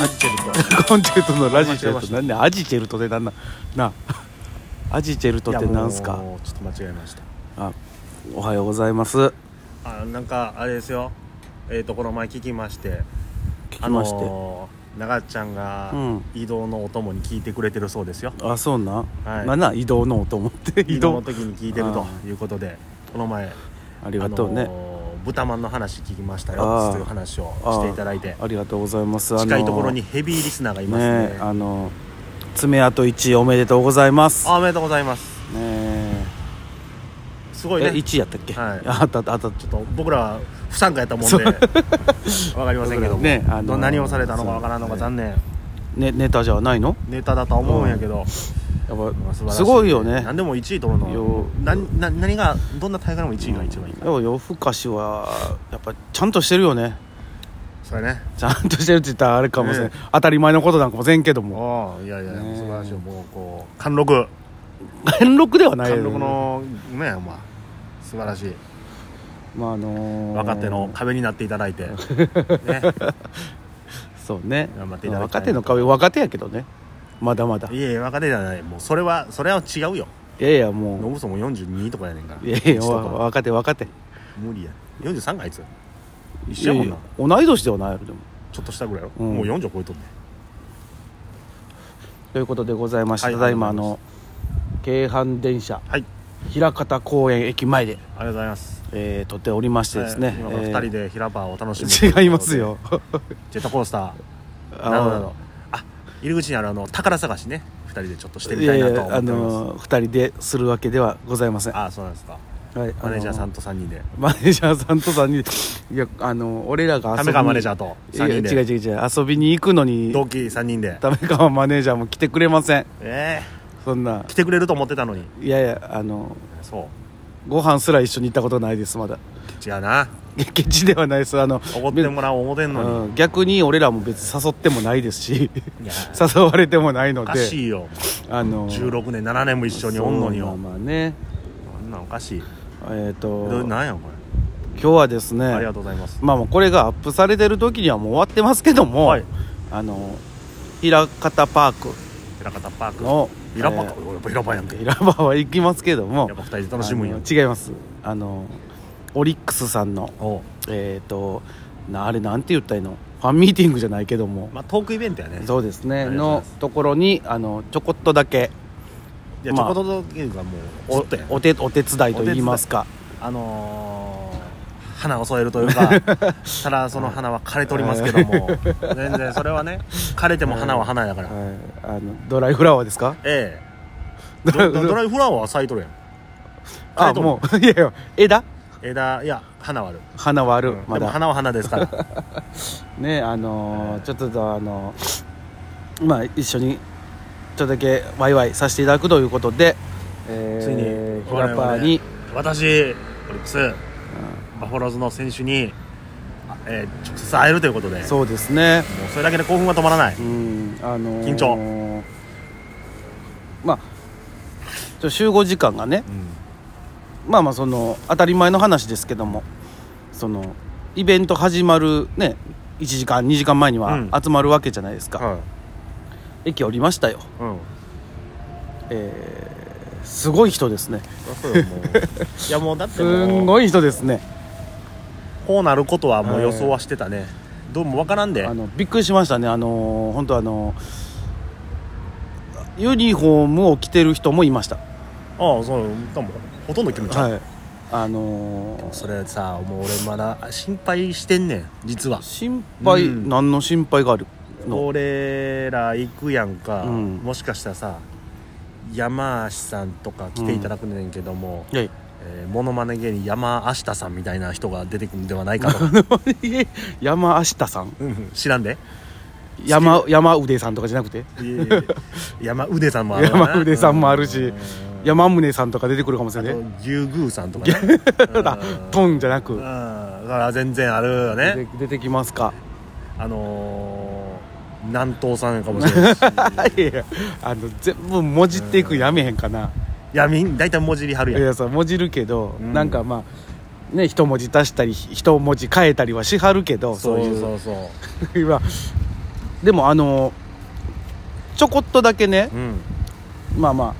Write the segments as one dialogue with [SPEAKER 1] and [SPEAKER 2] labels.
[SPEAKER 1] アジチェルト
[SPEAKER 2] コンチェルトのラジチェ
[SPEAKER 1] 間違えま
[SPEAKER 2] ル
[SPEAKER 1] し
[SPEAKER 2] ト
[SPEAKER 1] た
[SPEAKER 2] なんでアジチェルトってなんな なあアジチェルトってなんす
[SPEAKER 1] いや
[SPEAKER 2] か
[SPEAKER 1] もうちょっと間違えました
[SPEAKER 2] あおはようございます
[SPEAKER 1] あなんかあれですよえっ、とこの前聞きまして
[SPEAKER 2] 聞きまして、あ
[SPEAKER 1] あのー長ちゃんが
[SPEAKER 2] うん
[SPEAKER 1] 移動のお供に聞いてくれてるそうですよ、
[SPEAKER 2] そうな、
[SPEAKER 1] はい
[SPEAKER 2] なんな移動のと思って
[SPEAKER 1] 移
[SPEAKER 2] 移
[SPEAKER 1] 動の
[SPEAKER 2] 動
[SPEAKER 1] 時に聞いてるということでこの前あ
[SPEAKER 2] ありがとうね、
[SPEAKER 1] のー豚まんの話聞きました
[SPEAKER 2] あ
[SPEAKER 1] よ
[SPEAKER 2] ー
[SPEAKER 1] という話をしていただいて
[SPEAKER 2] ありがとうございます
[SPEAKER 1] 近いところ
[SPEAKER 2] あの
[SPEAKER 1] にヘビーリスナーがいますね
[SPEAKER 2] ねあの爪痕1位おめでとうございますね
[SPEAKER 1] あおめでとうございます
[SPEAKER 2] え
[SPEAKER 1] すごい
[SPEAKER 2] え
[SPEAKER 1] ね
[SPEAKER 2] 1位やったっけ、
[SPEAKER 1] はい
[SPEAKER 2] あったあったあった
[SPEAKER 1] ちょっと僕らは不参加やったもんでわかりませんけども、
[SPEAKER 2] ねあのー
[SPEAKER 1] 何をされたのかわからんの
[SPEAKER 2] そ
[SPEAKER 1] か
[SPEAKER 2] う
[SPEAKER 1] 残念、
[SPEAKER 2] ねネタじゃないの
[SPEAKER 1] ネタだとは思うんやけど、
[SPEAKER 2] やっ
[SPEAKER 1] まあ素晴
[SPEAKER 2] ぱ
[SPEAKER 1] らし
[SPEAKER 2] すごいよね
[SPEAKER 1] 何でも1位取る
[SPEAKER 2] よ
[SPEAKER 1] のなな何がどんな大会でも1位が一番いい
[SPEAKER 2] でも夜更かしはやっぱちゃんとしてるよね
[SPEAKER 1] それね
[SPEAKER 2] ちゃんとしてるって言ったらあれかもしれない、
[SPEAKER 1] え
[SPEAKER 2] 当たり前のことなんかもせんけども
[SPEAKER 1] ああいやいや、
[SPEAKER 2] ね
[SPEAKER 1] 素晴らしいよもうこう貫禄
[SPEAKER 2] 貫禄ではないよ
[SPEAKER 1] 貫禄
[SPEAKER 2] ね
[SPEAKER 1] のねまあ素晴らしい
[SPEAKER 2] まああのー
[SPEAKER 1] 若手の壁になっていただい て、ね、
[SPEAKER 2] そうね
[SPEAKER 1] 頑張っていただきたい
[SPEAKER 2] 若手の壁若手やけどねまだまだい
[SPEAKER 1] いやいや若手じゃないもうそれはそれは違うよ
[SPEAKER 2] やいやも
[SPEAKER 1] ノブソンも42とかやねんから
[SPEAKER 2] ういやいや
[SPEAKER 1] うちとか
[SPEAKER 2] 若手若手
[SPEAKER 1] 無理や43かあいつ一緒やもんない
[SPEAKER 2] やいや同い年ではないやろでも
[SPEAKER 1] ちょっとしたぐらいよ、
[SPEAKER 2] うん
[SPEAKER 1] もう40超えとんね
[SPEAKER 2] ということでございまして、
[SPEAKER 1] はい
[SPEAKER 2] ただいま
[SPEAKER 1] あ
[SPEAKER 2] あ
[SPEAKER 1] りがとう
[SPEAKER 2] の京阪電車
[SPEAKER 1] はい
[SPEAKER 2] 枚方公園駅前で、
[SPEAKER 1] ありがとうございます
[SPEAKER 2] えー撮っておりましてですね、
[SPEAKER 1] えー今から2人で平場を楽しむ、
[SPEAKER 2] えー違いま すよ
[SPEAKER 1] ジェットコースター
[SPEAKER 2] あ
[SPEAKER 1] などな
[SPEAKER 2] の
[SPEAKER 1] どあ入り口にあるあの宝探しね2人でちょっとしてみ
[SPEAKER 2] い
[SPEAKER 1] た
[SPEAKER 2] や
[SPEAKER 1] い
[SPEAKER 2] い
[SPEAKER 1] なと思っ
[SPEAKER 2] や
[SPEAKER 1] てお
[SPEAKER 2] あ
[SPEAKER 1] ります
[SPEAKER 2] の2人でするわけではございません、は
[SPEAKER 1] ああそうなんですか
[SPEAKER 2] い、あの
[SPEAKER 1] マネージャーさんと3人で
[SPEAKER 2] マネージャーさんとさんにいやあの俺らが
[SPEAKER 1] タメ川マネージャー
[SPEAKER 2] と
[SPEAKER 1] と
[SPEAKER 2] いや違
[SPEAKER 1] 3
[SPEAKER 2] う
[SPEAKER 1] 人で
[SPEAKER 2] 違う違う遊びに行くのに
[SPEAKER 1] 同期3人で
[SPEAKER 2] タメ川マネージャーも来てくれません
[SPEAKER 1] え
[SPEAKER 2] そんな
[SPEAKER 1] え来てくれると思ってたのに
[SPEAKER 2] いやいやあの
[SPEAKER 1] そ
[SPEAKER 2] ご飯すら一緒に行ったことないですまだ
[SPEAKER 1] う違うな
[SPEAKER 2] ケチではないですあの
[SPEAKER 1] 怒ってもらおう思てんの
[SPEAKER 2] うん逆に俺らも別に誘ってもないですし
[SPEAKER 1] にいや
[SPEAKER 2] 誘われてもないの
[SPEAKER 1] お
[SPEAKER 2] で
[SPEAKER 1] かしいよ
[SPEAKER 2] あの
[SPEAKER 1] 16年7年も一緒におんのに
[SPEAKER 2] そう
[SPEAKER 1] よ
[SPEAKER 2] まあまあね
[SPEAKER 1] そんなんおかしい
[SPEAKER 2] えっ、
[SPEAKER 1] ど
[SPEAKER 2] と今
[SPEAKER 1] なんやこれ
[SPEAKER 2] 日はですね
[SPEAKER 1] ありがとうございます
[SPEAKER 2] まあもうこれがアップされてる時にはもう終わってますけども、
[SPEAKER 1] はい
[SPEAKER 2] あの平方パーク
[SPEAKER 1] 平方パーク
[SPEAKER 2] の
[SPEAKER 1] 平場か、やっぱ平場やんけ
[SPEAKER 2] えー
[SPEAKER 1] やっ
[SPEAKER 2] 平場は行きますけども
[SPEAKER 1] ぱ二人で楽しむんや
[SPEAKER 2] あの違いますあのオリックスさんの
[SPEAKER 1] おう
[SPEAKER 2] えっ、となあれなんて言ったらいいのファンミーティングじゃないけども、
[SPEAKER 1] まあトークイベントやね
[SPEAKER 2] そうですね
[SPEAKER 1] ありがとうござい
[SPEAKER 2] の
[SPEAKER 1] ます
[SPEAKER 2] ところにあのちょこっとだけ
[SPEAKER 1] いやち
[SPEAKER 2] ま
[SPEAKER 1] ょ
[SPEAKER 2] あ
[SPEAKER 1] こっとだけがもう
[SPEAKER 2] お
[SPEAKER 1] ずっとや
[SPEAKER 2] お手お手伝いと言いますか
[SPEAKER 1] あのー花を添えるというか ただその花は枯れておりますけども全然それはね枯れても花は花やから
[SPEAKER 2] はいあのドライフラワーですか
[SPEAKER 1] ええド ドドライフラワーは咲いとるやん枯
[SPEAKER 2] あ
[SPEAKER 1] れとる
[SPEAKER 2] もう いやいや枝
[SPEAKER 1] 枝いや花はある、
[SPEAKER 2] 花はある、
[SPEAKER 1] うん
[SPEAKER 2] ま
[SPEAKER 1] でも
[SPEAKER 2] だ
[SPEAKER 1] 花は花ですから
[SPEAKER 2] ねあのー
[SPEAKER 1] えー
[SPEAKER 2] ちょっとあのまあ一緒にちょっとだけワイワイさせていただくということで、えー、
[SPEAKER 1] ついに
[SPEAKER 2] フラパーに、
[SPEAKER 1] 私オリックスバファローズの選手に、あえー直接会えるということで
[SPEAKER 2] そうですね
[SPEAKER 1] もうそれだけで興奮が止まらない
[SPEAKER 2] うんあのー
[SPEAKER 1] 緊張
[SPEAKER 2] まあちょ集合時間がねまあまあその当たり前の話ですけどもそのイベント始まるね1時間2時間前に
[SPEAKER 1] う
[SPEAKER 2] は
[SPEAKER 1] ん
[SPEAKER 2] 集まるわけじゃないですか、
[SPEAKER 1] は
[SPEAKER 2] 駅降りましたよ、
[SPEAKER 1] い、うん
[SPEAKER 2] えーすごい人ですね
[SPEAKER 1] そうよもういやもうだって
[SPEAKER 2] す
[SPEAKER 1] もうん
[SPEAKER 2] ごい人ですね
[SPEAKER 1] こうなることはもう予想はしてたね、どうもわからんで
[SPEAKER 2] あのびっくりしましたねあのー本当あのユニフォームを着てる人もいました
[SPEAKER 1] ああそう多分ほとんど決めちゃう、
[SPEAKER 2] はいあのー
[SPEAKER 1] それさもう俺まだ心配してんねん実は
[SPEAKER 2] 心配、
[SPEAKER 1] うん
[SPEAKER 2] 何の心配があるの
[SPEAKER 1] 俺ら行くやんか、
[SPEAKER 2] うん
[SPEAKER 1] もしかしたらさ山足さんとか来ていただくねんけども、
[SPEAKER 2] いやい
[SPEAKER 1] えーモノマネ芸人山足田さんみたいな人が出てくるんではないかと
[SPEAKER 2] や 山明日さん
[SPEAKER 1] うん知らん で
[SPEAKER 2] 山山腕さんとかじゃなくて
[SPEAKER 1] いえいえ山腕さんもあるわな
[SPEAKER 2] 山腕さんもあるし
[SPEAKER 1] うん
[SPEAKER 2] 山宗さんとか出てくるかもしれ
[SPEAKER 1] あ
[SPEAKER 2] ない
[SPEAKER 1] と
[SPEAKER 2] ね
[SPEAKER 1] 牛宮さんとかね
[SPEAKER 2] あトンじゃな
[SPEAKER 1] うん
[SPEAKER 2] く
[SPEAKER 1] だから全然あるよ
[SPEAKER 2] 出
[SPEAKER 1] ね
[SPEAKER 2] て出てきますか
[SPEAKER 1] あのー、南東さんかもしれないし
[SPEAKER 2] いやいやあの全部もじっていくんやめへんかない
[SPEAKER 1] やみん大体もじりはる
[SPEAKER 2] い
[SPEAKER 1] やん
[SPEAKER 2] やさもじるけど、
[SPEAKER 1] うん
[SPEAKER 2] なんかまあね一文字足したり一文字変えたりはしはるけど
[SPEAKER 1] そ
[SPEAKER 2] そううい
[SPEAKER 1] そう
[SPEAKER 2] う
[SPEAKER 1] そうそう
[SPEAKER 2] 今でもあのちょこっとだけね
[SPEAKER 1] うん
[SPEAKER 2] まあまあ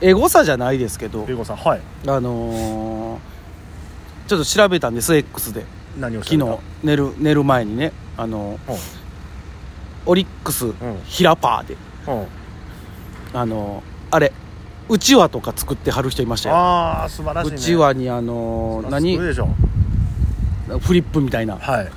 [SPEAKER 2] エゴさじゃないですけど
[SPEAKER 1] ゆうこさんはい
[SPEAKER 2] あのーちょっと調べたんです X で
[SPEAKER 1] 何をし
[SPEAKER 2] 昨
[SPEAKER 1] てた
[SPEAKER 2] 日寝る寝る前にねあの
[SPEAKER 1] うん
[SPEAKER 2] オリックス
[SPEAKER 1] ん
[SPEAKER 2] ヒラパーで
[SPEAKER 1] うん
[SPEAKER 2] あのあれうちわとか作ってはる人いましたよ
[SPEAKER 1] ああ素晴らしいうね
[SPEAKER 2] ちわにあの
[SPEAKER 1] あ
[SPEAKER 2] 何
[SPEAKER 1] すごいでしょ
[SPEAKER 2] フリップみたいな
[SPEAKER 1] はい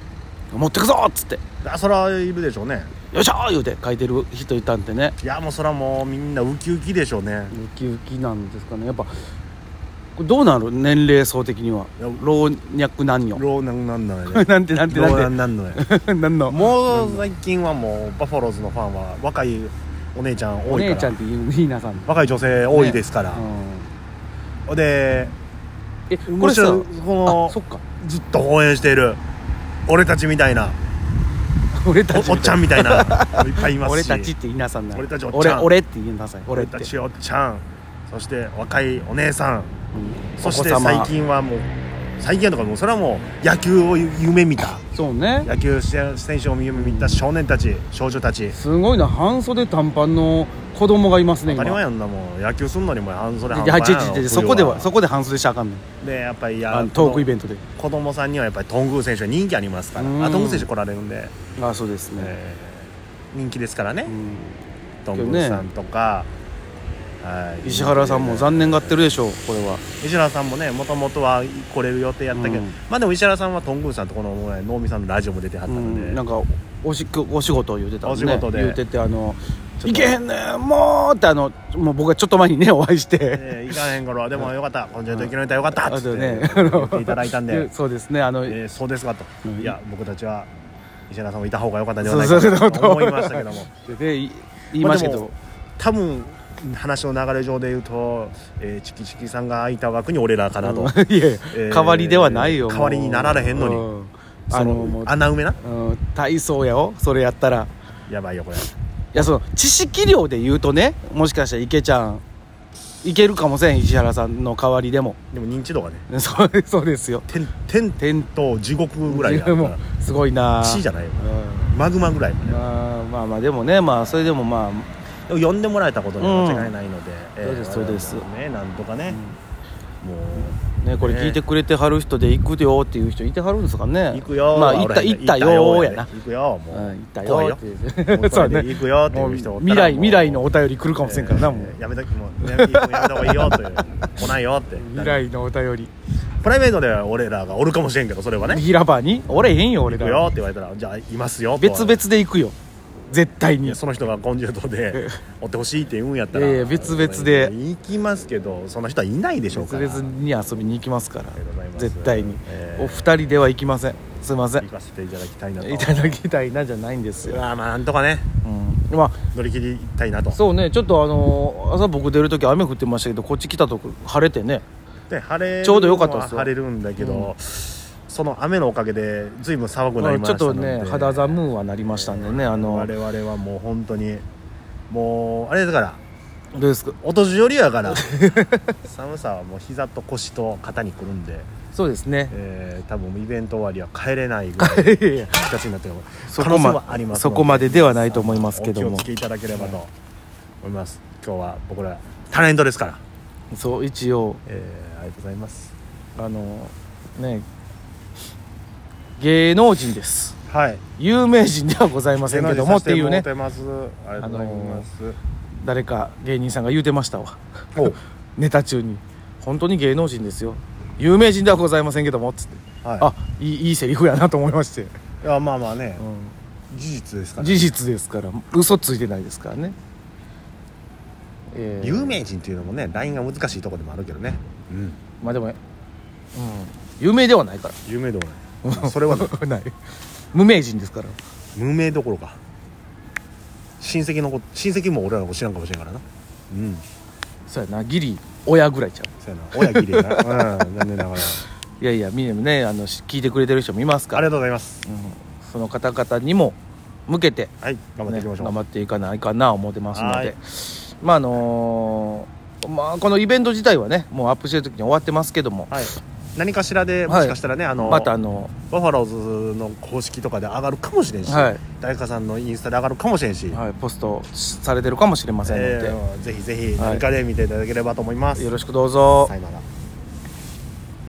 [SPEAKER 2] 「持ってくぞ!」っつって
[SPEAKER 1] あそらいるでしょうね
[SPEAKER 2] 「よいしょ!」言うて書いてる人いたんでね
[SPEAKER 1] いやもうそらもうみんなウキウキでしょうね
[SPEAKER 2] ウキウキなんですかねやっぱこれどうなる年齢層的にはい
[SPEAKER 1] や
[SPEAKER 2] 老若男女
[SPEAKER 1] 老なんなんのやね
[SPEAKER 2] なんてなんて
[SPEAKER 1] 老な
[SPEAKER 2] な
[SPEAKER 1] んんなんのや
[SPEAKER 2] てなんの
[SPEAKER 1] もう最近はもうバファローズのファンは若いお姉ちゃん
[SPEAKER 2] お
[SPEAKER 1] 多い
[SPEAKER 2] 姉
[SPEAKER 1] か
[SPEAKER 2] ちゃん
[SPEAKER 1] ら
[SPEAKER 2] って言う言いなさん
[SPEAKER 1] 若い女性多いですから、
[SPEAKER 2] うん
[SPEAKER 1] で
[SPEAKER 2] え
[SPEAKER 1] こ
[SPEAKER 2] こ
[SPEAKER 1] れ
[SPEAKER 2] れ
[SPEAKER 1] さ
[SPEAKER 2] さ
[SPEAKER 1] こ
[SPEAKER 2] あ
[SPEAKER 1] の
[SPEAKER 2] そっか
[SPEAKER 1] ずっと応援している俺たちみたいな
[SPEAKER 2] 俺たち
[SPEAKER 1] おおっちゃんみたい ないっぱいいますし
[SPEAKER 2] 俺たちって言いなさんな
[SPEAKER 1] 俺たちおっちゃん
[SPEAKER 2] 俺俺って言いなさい
[SPEAKER 1] 俺
[SPEAKER 2] 俺って
[SPEAKER 1] たちおっちゃんそして若いお姉さん
[SPEAKER 2] うん
[SPEAKER 1] そして
[SPEAKER 2] お子様
[SPEAKER 1] 最近はもう最近はとかもうそれはもう野球を夢見た
[SPEAKER 2] そうね
[SPEAKER 1] 野球選手を夢見た少年たち少女たち
[SPEAKER 2] すごいな半袖短パンの子供がいますね
[SPEAKER 1] 当た
[SPEAKER 2] 今
[SPEAKER 1] り前やんなもう野球すんのにもう半袖半
[SPEAKER 2] い
[SPEAKER 1] 袖
[SPEAKER 2] や違う違う違うそこではそ
[SPEAKER 1] こ
[SPEAKER 2] こで半袖しちゃあかんねん
[SPEAKER 1] でやっぱり
[SPEAKER 2] あ
[SPEAKER 1] や
[SPEAKER 2] のトークイベントで
[SPEAKER 1] 子供さんにはやっぱり頓宮選手は人気ありますから
[SPEAKER 2] うん
[SPEAKER 1] あ頓宮選手来られるんで、
[SPEAKER 2] あそうですね、
[SPEAKER 1] えー人気ですからね
[SPEAKER 2] うん
[SPEAKER 1] 頓宮さんとか、はい
[SPEAKER 2] 石原さんも残念がってるでしょうこれは
[SPEAKER 1] 石原さんもねもともとは来れる予定やったけど、
[SPEAKER 2] うん
[SPEAKER 1] まあでも石原さんは頓宮さんとこの前能見さんのラジオも出てはった
[SPEAKER 2] う
[SPEAKER 1] ので、
[SPEAKER 2] んなんかおしくお仕事を言うてたもんね
[SPEAKER 1] お仕事で
[SPEAKER 2] 言うててあの
[SPEAKER 1] ちょ
[SPEAKER 2] 「
[SPEAKER 1] っと
[SPEAKER 2] いけへんねんもう」ってあのもう僕がちょっと前 にねお会いして、
[SPEAKER 1] えー、いかへんからでもよかった今週の生きのネタよかったっつっ
[SPEAKER 2] あと
[SPEAKER 1] て
[SPEAKER 2] ね、
[SPEAKER 1] 言っていただいたんで
[SPEAKER 2] そうですねあの、
[SPEAKER 1] えーそうですかと、
[SPEAKER 2] うん
[SPEAKER 1] いや僕たちは石原さんもいた方がよかったんではないかと思いましたけども
[SPEAKER 2] でい言いましたけ
[SPEAKER 1] まあ
[SPEAKER 2] ど
[SPEAKER 1] でも多分話の流れ上で言うと、えー、チキチキさんが空いた枠に俺らかなと、
[SPEAKER 2] いやいや
[SPEAKER 1] えー
[SPEAKER 2] 代わりではないよ
[SPEAKER 1] 代わりになられへんのに
[SPEAKER 2] うん
[SPEAKER 1] あ
[SPEAKER 2] あの
[SPEAKER 1] の
[SPEAKER 2] もう
[SPEAKER 1] 穴埋めな
[SPEAKER 2] うん体操やよそれやったら
[SPEAKER 1] やばいよこれ
[SPEAKER 2] いやその知識量で言うとねもしかしたら池ちゃんいけるかもしれん石原さんの代わりでも
[SPEAKER 1] でも認知度がね
[SPEAKER 2] そうそうですよ
[SPEAKER 1] 天天
[SPEAKER 2] 天
[SPEAKER 1] と地獄ぐらいだか
[SPEAKER 2] も
[SPEAKER 1] ら
[SPEAKER 2] すごいな
[SPEAKER 1] 地じゃないよ
[SPEAKER 2] う
[SPEAKER 1] マグマぐらい
[SPEAKER 2] んまあまあまあでもねまあそれでもまあ
[SPEAKER 1] でも呼んでもらえたことには間違いないので、え
[SPEAKER 2] そうですそうです
[SPEAKER 1] 我々もねなんとかね、も
[SPEAKER 2] ねこれ
[SPEAKER 1] ね
[SPEAKER 2] 聞いてくれてはる人で行くよっていう人いてはるんですかね
[SPEAKER 1] う行くよ
[SPEAKER 2] まあ行った
[SPEAKER 1] 俺
[SPEAKER 2] 行ったよーやな
[SPEAKER 1] 行くよもう、
[SPEAKER 2] うん行った
[SPEAKER 1] 怖い
[SPEAKER 2] よ
[SPEAKER 1] よ
[SPEAKER 2] って
[SPEAKER 1] もうそ
[SPEAKER 2] そう
[SPEAKER 1] れ
[SPEAKER 2] ね
[SPEAKER 1] で行くよって
[SPEAKER 2] も
[SPEAKER 1] いうう人おったら
[SPEAKER 2] 未来
[SPEAKER 1] もう
[SPEAKER 2] 未来のお便り来るかもしれんからなも
[SPEAKER 1] え
[SPEAKER 2] う
[SPEAKER 1] ーやめときもうやめやめた方がいいよという来ないよって
[SPEAKER 2] 未来のお便り
[SPEAKER 1] プライベートでは俺らがおるかもしれんけどそれはね
[SPEAKER 2] 平場に俺へんよ俺
[SPEAKER 1] 行くよ
[SPEAKER 2] ら
[SPEAKER 1] って言われたらじゃあいますよと
[SPEAKER 2] 別々で行くよ絶対
[SPEAKER 1] い
[SPEAKER 2] に
[SPEAKER 1] やその人が根性と で追ってほしいって言うんやった
[SPEAKER 2] いやい
[SPEAKER 1] ら
[SPEAKER 2] や別々で
[SPEAKER 1] 行きますけどその人はいないでしょう
[SPEAKER 2] 別
[SPEAKER 1] から
[SPEAKER 2] 々に遊びに行きますから
[SPEAKER 1] りがとうございます
[SPEAKER 2] 絶対に、
[SPEAKER 1] えー
[SPEAKER 2] お二人では行きませんすいません
[SPEAKER 1] 行かせていただきたいなと
[SPEAKER 2] いただきたいなじゃないんですよ、
[SPEAKER 1] まあまあなんとかね
[SPEAKER 2] うん、ま
[SPEAKER 1] 乗り切りたいなと
[SPEAKER 2] あそうねちょっとあのー朝僕出る時雨降ってましたけどこっち来たとこ晴れてね
[SPEAKER 1] で晴れるのは
[SPEAKER 2] ちょうど良かったですよ
[SPEAKER 1] 晴れるんだけど、
[SPEAKER 2] う
[SPEAKER 1] その雨のおかげでずいぶん騒ぐなりま
[SPEAKER 2] ちょ
[SPEAKER 1] し
[SPEAKER 2] ったと
[SPEAKER 1] ので
[SPEAKER 2] ね肌寒はなりましたんでねあの
[SPEAKER 1] 我
[SPEAKER 2] ど
[SPEAKER 1] 々はもう本当にもうあれだから
[SPEAKER 2] うですか
[SPEAKER 1] お年寄りやから 寒さはもう膝と腰と肩にくるんで、
[SPEAKER 2] そうですね
[SPEAKER 1] えー多分イベント終わりは帰れないぐらい
[SPEAKER 2] いやい や
[SPEAKER 1] 復活になってる
[SPEAKER 2] そ
[SPEAKER 1] 可能
[SPEAKER 2] こ
[SPEAKER 1] 性
[SPEAKER 2] ま
[SPEAKER 1] はあります
[SPEAKER 2] そこまでではないと思いますけど
[SPEAKER 1] お気
[SPEAKER 2] も
[SPEAKER 1] をつけいただければと思います今日は僕らタレントですから、
[SPEAKER 2] そう一応
[SPEAKER 1] えーありがとうございます
[SPEAKER 2] あのね芸能人です
[SPEAKER 1] はい
[SPEAKER 2] 有名人ではございませんけどもっていうね
[SPEAKER 1] 芸能人させてもろてますありがとうございます、
[SPEAKER 2] 誰か芸人さんが言うてましたわネタ中に「本当に芸能人ですよ有名人ではございませんけども」っつって、
[SPEAKER 1] おはい
[SPEAKER 2] あいいいいセリフやなと思いまして、
[SPEAKER 1] いやまあまあね、
[SPEAKER 2] う
[SPEAKER 1] 事実ですか
[SPEAKER 2] ん、
[SPEAKER 1] ら、
[SPEAKER 2] 事実ですから嘘ついてないですからね、えー
[SPEAKER 1] 有名人っていうのもねラインが難しいところでもあるけどね、うん、
[SPEAKER 2] まあでも、うん、有名ではないか
[SPEAKER 1] 有名どころないそれは ない
[SPEAKER 2] らない無名人ですから
[SPEAKER 1] 無名どころか親戚の子親戚も俺らの子知らんかもしれんからなうん
[SPEAKER 2] そうやなギリ親ぐらいちゃ
[SPEAKER 1] そうやな親切り やなうん残念ながら
[SPEAKER 2] ういやいやみんなねあのし聞いてくれてる人もいます
[SPEAKER 1] あ
[SPEAKER 2] か
[SPEAKER 1] り
[SPEAKER 2] ら、
[SPEAKER 1] がとうございます
[SPEAKER 2] うんその方々にも向けて
[SPEAKER 1] はい頑張っていきましょう、
[SPEAKER 2] ね、頑張っていかないかな思ってますの
[SPEAKER 1] は
[SPEAKER 2] で
[SPEAKER 1] い
[SPEAKER 2] まああのーまあ、このイベント自体はねもうアップしてる時に終わってますけども、
[SPEAKER 1] はい何かしらでもしかしたらね、あの
[SPEAKER 2] またあの
[SPEAKER 1] バファローズの公式とかで上がるかもしれんし、
[SPEAKER 2] はい
[SPEAKER 1] 大花さんのインスタで上がるかもしれんし、
[SPEAKER 2] はい、ポストされてるかもしれませんので、
[SPEAKER 1] えーぜひぜひ
[SPEAKER 2] はい
[SPEAKER 1] 何かで見ていただければと思います、
[SPEAKER 2] よろしくどうぞ。
[SPEAKER 1] さよなら